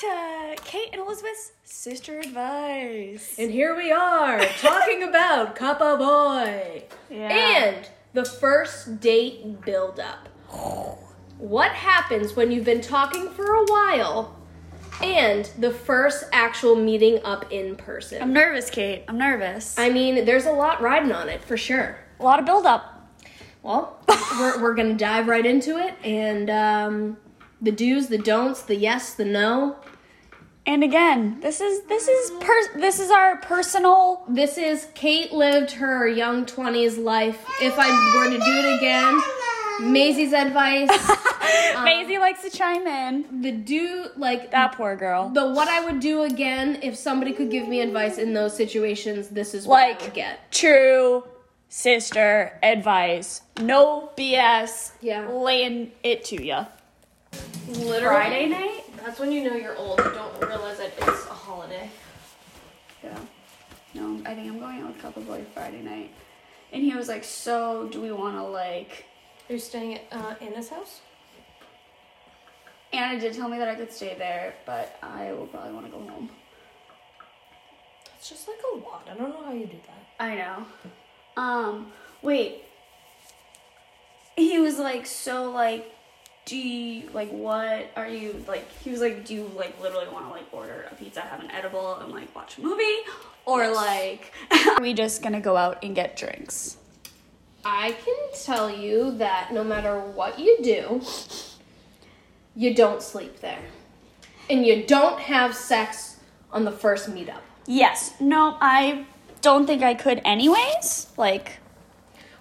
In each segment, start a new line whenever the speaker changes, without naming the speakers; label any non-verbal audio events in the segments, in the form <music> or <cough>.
to Kate and Elizabeth's sister advice.
And here we are talking about Kappa Boy
Yeah.
and the first date buildup. What happens when you've been talking for a while and the first actual meeting up in person?
I'm nervous, Kate. I'm nervous.
I mean, there's a lot riding on it for sure.
a lot of buildup.
Well, we're, we're gonna dive right into it and um, the do's, the don'ts, the yes, the no.
And again, this is this is per- this is our personal.
This is Kate lived her young 20s life. If I were to do it again, Maisie's advice,
Maisie likes to chime in.
the do, like,
That poor girl.
the what I would do again if somebody could give me advice in those situations, this is what I
Like
would get.
true sister advice. No BS.
Yeah.
Laying it to ya.
Literally.
Friday night?
That's when you know you're old. You don't realize that it's a holiday.
Yeah. No, I think I'm going out with Couple Boy Friday night. And he was like, So, do we want to like.
Are you staying at uh, Anna's house?
Anna did tell me that I could stay there, but I will probably want to go home.
That's just like a lot. I don't know how you do that.
I know. Um, wait. He was like, So, like, do you, like, what are you, like, he was like, Do you, like, literally want to, like, order a pizza, have an edible, and, like, watch a movie? Or, like, <laughs> are we just gonna go out and get drinks?
I can tell you that no matter what you do, you don't sleep there. And you don't have sex on the first meetup.
Yes. No, I don't think I could, anyways. Like,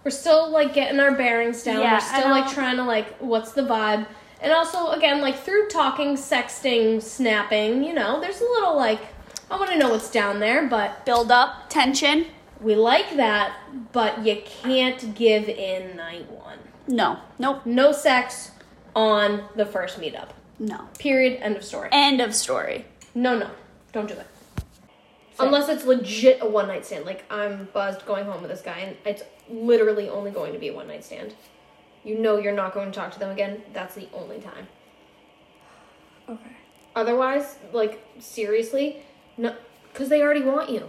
We're still like getting our bearings down.
Yeah,
We're
I
still like
don't-
trying to like what's the vibe. And also again like through talking, sexting, snapping, you know, there's a little like I want to know what's down there, but
build up tension
we like that, but you can't give in night 1.
no nope
No sex on the first meetup.
no
Period. End of story.
end of story
No, no, don't do it. Unless it's legit a one night stand. Like I'm buzzed going home with this guy, and it's literally only going to be a one night stand. You know you're not going to talk to them again. That's the only time.
okay
Otherwise, like seriously, no, because they already want you.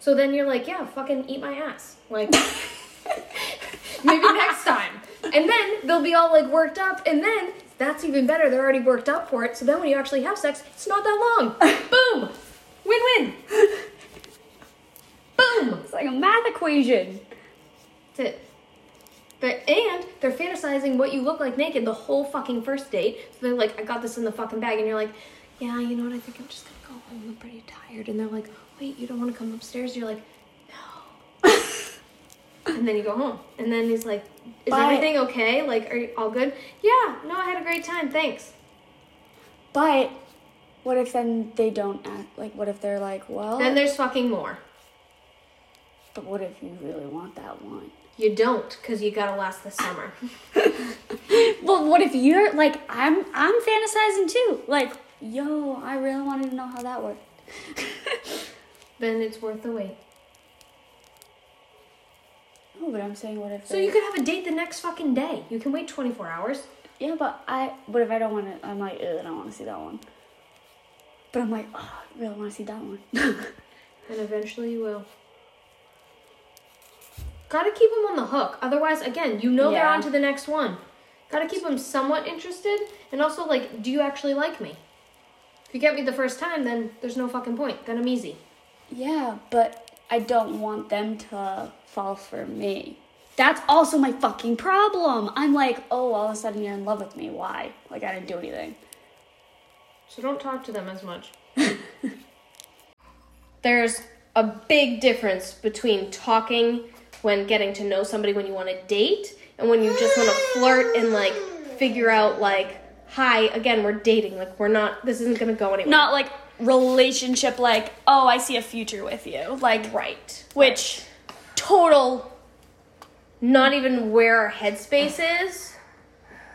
So then you're like, yeah, fucking eat my ass. Like <laughs> maybe next time. And then they'll be all like worked up, and then that's even better. They're already worked up for it. So then when you actually have sex, it's not that long. Boom, win win. Boom.
it's like a math equation
That's it. But and they're fantasizing what you look like naked the whole fucking first date. So they're like, I got this in the fucking bag, and you're like, Yeah, you know what? I think I'm just gonna go home. I'm pretty tired. And they're like, Wait, you don't want to come upstairs? You're like, No. <laughs> and then you go home, and then he's like, Is
But-
everything okay? Like, are you all good? Yeah. No, I had a great time. Thanks.
but what if then they don't act like what if they're like well
Then there's fucking more.
but what if you really want that one
You don't, cause you gotta last the <laughs> summer.
<laughs> well what if you're like i'm i'm fantasizing too like yo i really wanted to know how that worked
then it's worth the wait.
<laughs> no but i'm saying what if
So you could have a date the next fucking day. You can wait 24 hours.
yeah but i what if i don't want to i'm like Ugh, i don't want to see that one but i'm like oh i really want to see that one
And eventually you will. Gotta keep them on the hook. Otherwise, again, you know they're
Yeah.
on to the next one. Gotta keep them somewhat interested. And also, like, do you actually like me? If you get me the first time, then there's no fucking point. Then I'm easy.
Yeah, but I don't want them to fall for me. That's also my fucking problem. I'm like, oh, all of a sudden you're in love with me. Why? Like, I didn't do anything.
So don't talk to them as much. <laughs> There's a big difference between talking when getting to know somebody when you want to date and when you just want to flirt and like figure out like hi again we're dating like we're not this isn't going to go anywhere.
Not like relationship, like, oh, I see a future with you. Like,
right.
which total,
Not even where our headspace is.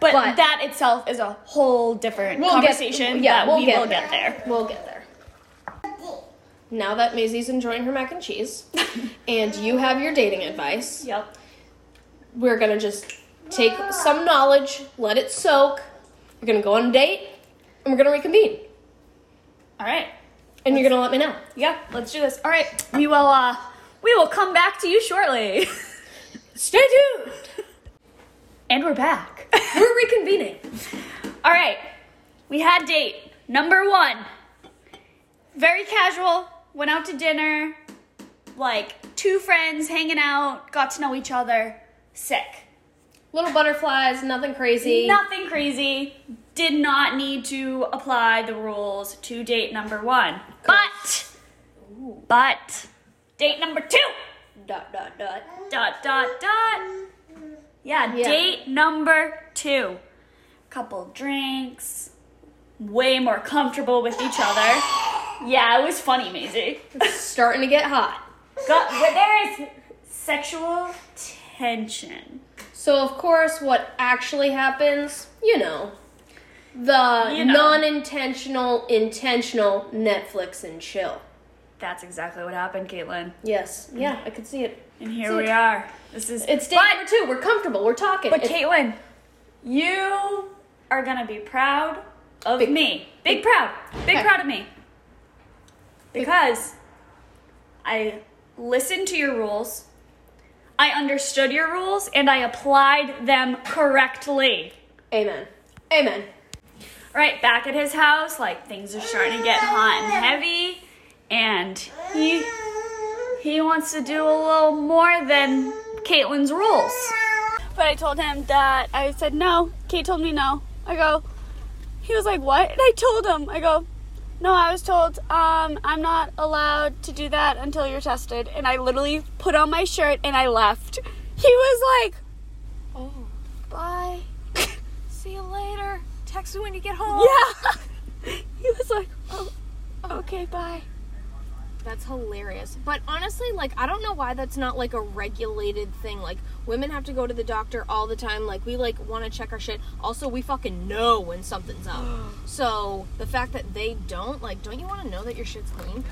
but,
But-
that itself is a whole different
We'll get-
conversation
yeah,
that
we'll
we
get
will
there.
get there.
We'll get there. Now that Maisie's enjoying her mac
<laughs>
and cheese and you have your dating advice.
Yep.
we're gonna just take some knowledge, let it soak. We're gonna go on a date, and we're gonna reconvene.
All right.
And you're gonna let me know.
Yeah, let's do this. All right. We will uh we will come back to you shortly. <laughs>
Stay tuned.
and we're back. <laughs>
We're reconvening.
All right. We had date number 1. Very casual. Went out to dinner. Like two friends hanging out, got to know each other. Sick.
Little butterflies, nothing crazy.
Nothing crazy. Did not need to apply the rules to date number 1. But but date number 2.
Dot dot dot.
dot dot dot. Yeah,
Yeah.
date number two. Couple drinks. Way more comfortable with each other. Yeah, it was funny, Maisie.
Starting to get hot.
Got, but there is sexual tension.
So of course, what actually happens, you know, the
You know.
non-intentional, intentional Netflix and chill.
That's exactly what happened, Caitlin.
Yes. Yeah, I could see it.
And here we are. This is
It's day
but,
number two. We're comfortable. We're talking.
but
It's-
Caitlin, you are gonna be proud of
Big-
me. Big, proud. Big
Okay.
proud of me. Because I listened to your rules, I understood your rules, and I applied them correctly.
Amen. Amen.
Right back at his house, like things are starting to get hot and heavy, and he he wants to do a little more than Caitlin's rules. But I told him that I said no. Kate told me no. I go. He was like, "What?" And I told him, I go, "No, I was told um, I'm not allowed to do that until you're tested." And I literally put on my shirt and I left. He was like, "Oh, bye."
See you later. Text me when you get home.
Yeah. <laughs> he was like, oh, okay, bye.
That's hilarious. But honestly, like I don't know why that's not like a regulated thing. Like women have to go to the doctor all the time. Like we like want to check our shit. Also, we fucking know when something's up. so the fact that they don't, like, don't you want to know that your shit's clean?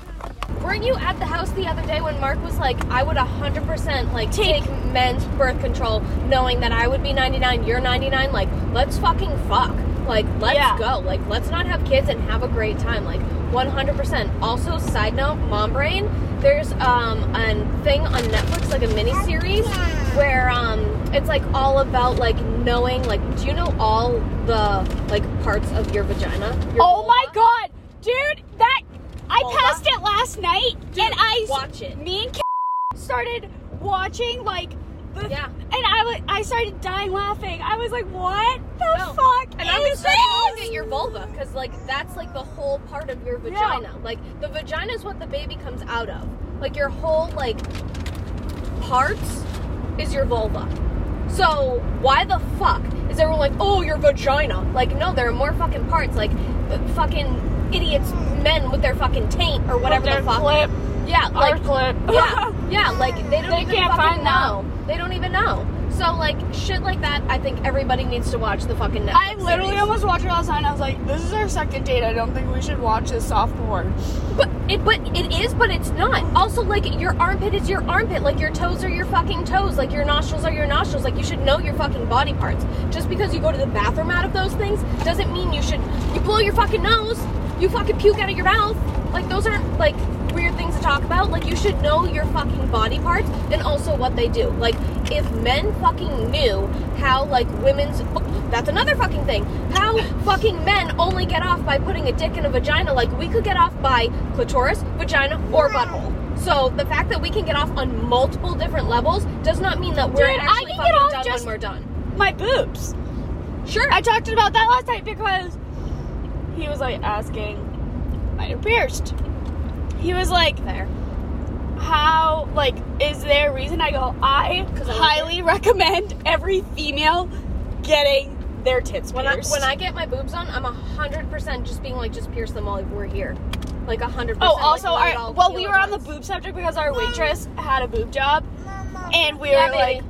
Weren't you at the house the other day when Mark was like, I would 100% like take, men's birth control, knowing that I would be 99, you're 99. Like, let's fucking fuck. Like, let's
Yeah.
go. Like, let's not have kids and have a great time. Like, 100%. Also, side note, Mom Brain, there's um a thing on Netflix, like a mini series, where um it's like all about like knowing, like, do you know all the like parts of your vagina? Your
Oh my god,
vulva?
dude, that I
Bola?
passed it last night, and I
Watch it.
me and K- started watching like the
Yeah.
and I wa- I started dying laughing. I was like, what the
No.
fuck is
And I was trying to
this?
look at your vulva because, like, that's like the whole part of your vagina. Like, the vagina is what the baby comes out of. Like, your whole like parts is your vulva. So why the fuck is everyone like, oh, your vagina? Like, no, there are more fucking parts. Like, the fucking idiots, men with their fucking taint or whatever the
their
fuck.
clip.
Yeah, like
clip.
yeah, yeah, like they don't
They
even
can't find
fucking know. They don't even know. So like shit like that, I think everybody needs to watch the fucking Netflix.
I literally
series.
almost watched it last night. And I was like, "This is our second date. I don't think we should watch this soft porn."
but it but it is, but it's not. Also, like your armpit is your armpit, like your toes are your fucking toes, like your nostrils are your nostrils. Like you should know your fucking body parts. Just because you go to the bathroom out of those things doesn't mean you should you blow your fucking nose, you fucking puke out of your mouth. Like those aren't like weird things to talk about. Like you should know your fucking body parts and also what they do. Like if men fucking knew how like women's oh, that's another fucking thing. How fucking men only get off by putting a dick in a vagina, like we could get off by clitoris, vagina, or butthole. So the fact that we can get off on multiple different levels does not mean that we're
Dude, I
actually
can
fucking
get off
done
just-
when we're done.
My boobs.
Sure.
I talked about that last night because he was like asking, "Am I pierced?" He was like,
there.
"How? Like, is there a reason?" I go, "I
'Cause I like
highly recommend every female getting their tits
When I,
pierced."
when I get my boobs on, I'm hundred percent just being like, just pierce them while we're here, like hundred.
Oh,
percent.
also,
like, let it
our,
all
well,
heal
we
at
were on the
once.
boob subject because our waitress had a boob job, and we
Yeah,
were
baby.
like,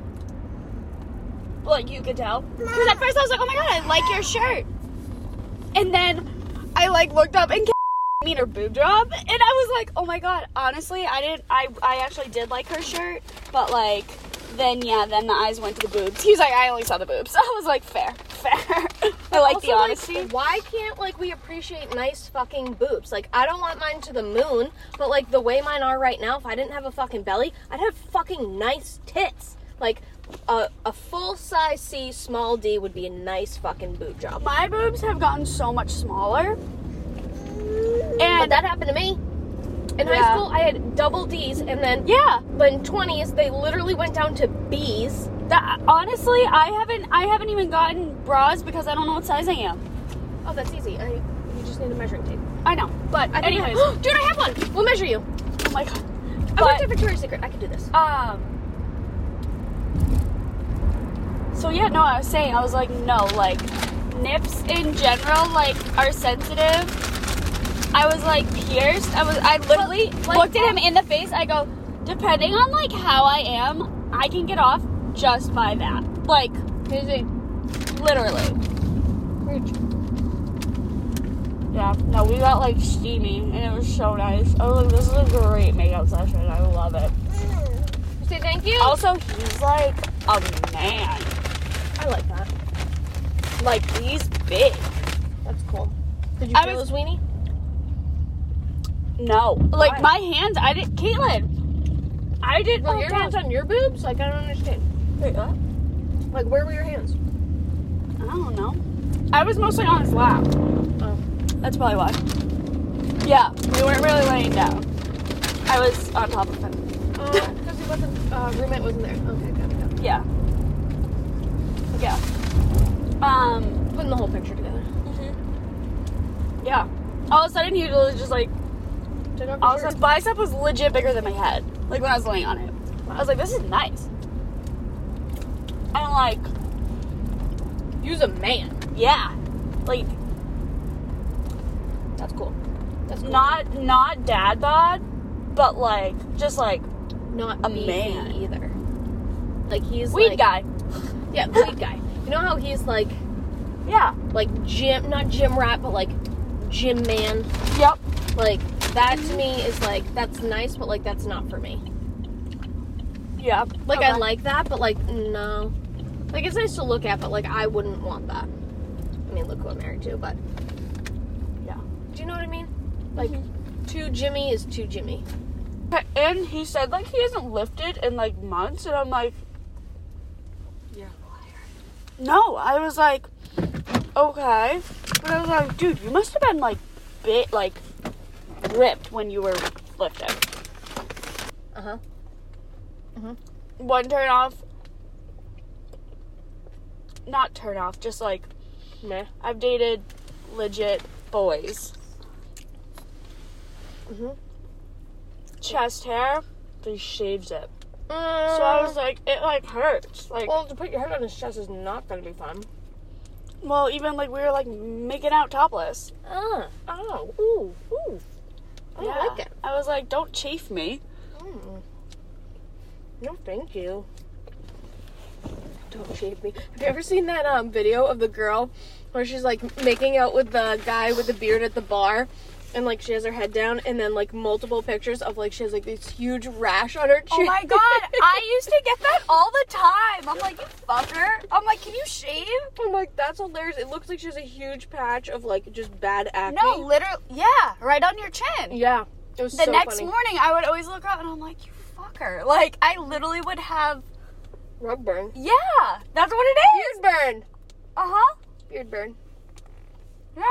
like you could tell, because at first I was like, oh my god, I like your shirt, and then I like looked up and <laughs> mean her boob job, and I was like, oh my god, honestly, I didn't, I, I actually did like her shirt, but <laughs> like, then yeah, then the eyes went to the boobs. He was like, I only saw the boobs. I was like, fair, <laughs> fair. I like
Also,
the honesty.
Like, why can't like we appreciate nice fucking boobs? Like I don't want mine to the moon, but like the way mine are right now, if I didn't have a fucking belly, I'd have fucking nice tits. Like a, a full size C, small D would be a nice fucking boob job.
my boobs have gotten so much smaller.
But
And
that happened to me. In
Yeah.
high school, I had double D's, and then
yeah,
but in twenties, they literally went down to B's.
that, honestly, I haven't I haven't even gotten bras because I don't know what size I am.
Oh, that's easy. I, you just need a measuring tape.
I know, but
I think I-
anyways,
<gasps> dude, I have one. We'll measure you.
oh my god.
I worked
But-
at Victoria's Secret. I could do this.
Um. So yeah, no, I was saying, I was like, no, like nips in general, like are sensitive. I was like pierced. I was, I literally
like,
looked at him in the face. I go, depending on like how I am, I can get off just by that. Like
Easy.
literally.
Huge.
Yeah. No, we got like steamy, and it was so nice. I was like, this is a great makeout session. I love it.
Say thank you.
Also, he's like a man.
I like that.
Like he's big.
That's cool. Did you
I
feel
was-
his weenie?
No. Like
Why?
my hands, I didn't. Caitlin, I did.
Were
oh,
your
God.
hands on your boobs? Like I don't understand.
Wait, what?
Like where were your hands?
I don't know. I was mostly on his lap.
Oh.
That's probably why. Yeah, we weren't really laying down. I was on top of him.
Because he Uh, wasn't. Uh, roommate wasn't there. Okay, got it. Got it.
Yeah. Yeah. Um.
Putting the whole picture together.
Yeah. All of a sudden, he was just like.
Take off your
All of a
shorts.
sudden, bicep was legit bigger than my head. Like when I was laying on it, I was like, "This is nice." And like,
Use a man.
yeah, like
That's cool. That's cool.
not not dad bod, but like just like
not
a
beefy
man.
either. Like he's
weed
like,
guy.
Yeah, weed guy. You know how he's like
Yeah.
like gym not gym rat but like gym man.
Yep.
Like that to me is like that's nice but like that's not for me.
Yeah.
Like I
Okay.
like that, but like no. Like it's nice to look at, but like I wouldn't want that. I mean, look who I'm married to, but
Yeah.
do you know what I mean? Like two Jimmy is two Jimmy.
And he said like he hasn't lifted in like months, and I'm like,
You're a liar.
no. I was like, okay, but I was like, dude, you must have been like bit like ripped when you were lifting.
Uh huh.
One turn off. Not turn off, just like
Meh.
I've dated legit boys. Mm-hmm.
Mhm.
Chest hair, they shaved it.
Mm.
So I was like, it like hurts. Like,
well, to put your head on his chest is not gonna be fun.
well, even like we were like making out topless.
Ah. Oh. Ooh. Ooh. I don't like it.
I was like, don't chafe me.
Mm. No, thank you. Don't shave me. Have you ever seen that um video of the girl where she's like making out with the guy with the beard at the bar? And like she has her head down, and then like multiple pictures of like she has like this huge rash on her cheek.
Oh my <laughs> god, I used to get that all the time. I'm like, you fucker. I'm like, can you shave?
<laughs> I'm like, that's hilarious. It looks like she has a huge patch of like just bad acne.
No, literally, yeah, right on your chin.
Yeah. It was
The
so
next
funny.
morning, I would always look up and I'm like, you fucker. Like, I literally would have,
Rug burn.
yeah, that's what it is.
Beard burn.
Uh huh.
Beard burn.
Yeah.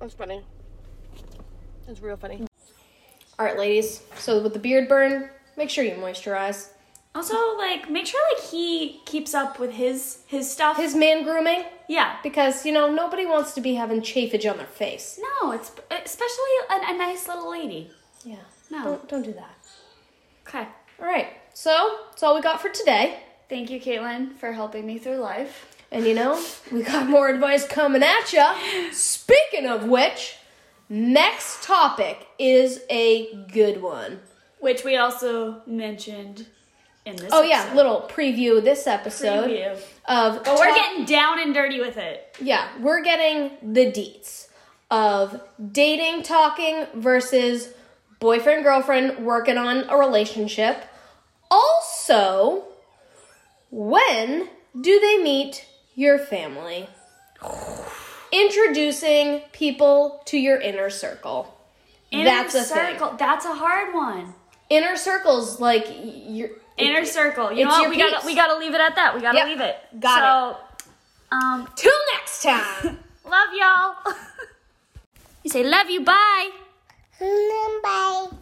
That's funny. That's real funny. All right, ladies. So with the beard burn, make sure you moisturize.
Also, like, make sure like he keeps up with his his stuff.
His man grooming,
yeah.
because you know nobody wants to be having chafage on their face.
No, it's especially a, a nice little lady.
Yeah.
No.
Don't don't do that.
Okay.
All right. So that's all we got for today.
Thank you, Caitlin, for helping me through life.
And you know <laughs> we got more advice coming at ya. Speaking of which, next topic is a good one.
Which we also mentioned in this.
Oh yeah,
episode.
little preview of this episode
Preview.
of.
But we're
top-
getting down and dirty with it.
Yeah, we're getting the deets of dating talking versus boyfriend girlfriend working on a relationship. Also, when do they meet your family? introducing people to your inner circle.
Inner
That's a thing.
circle. That's a hard one.
Inner circles, like your
Inner circle. You
it's
know what?
your
We
peeps.
gotta we gotta leave it at that. We gotta
Yep.
leave it.
Got
so, Um,
Till next time.
<laughs> love y'all. you say love you. Bye.
Bye.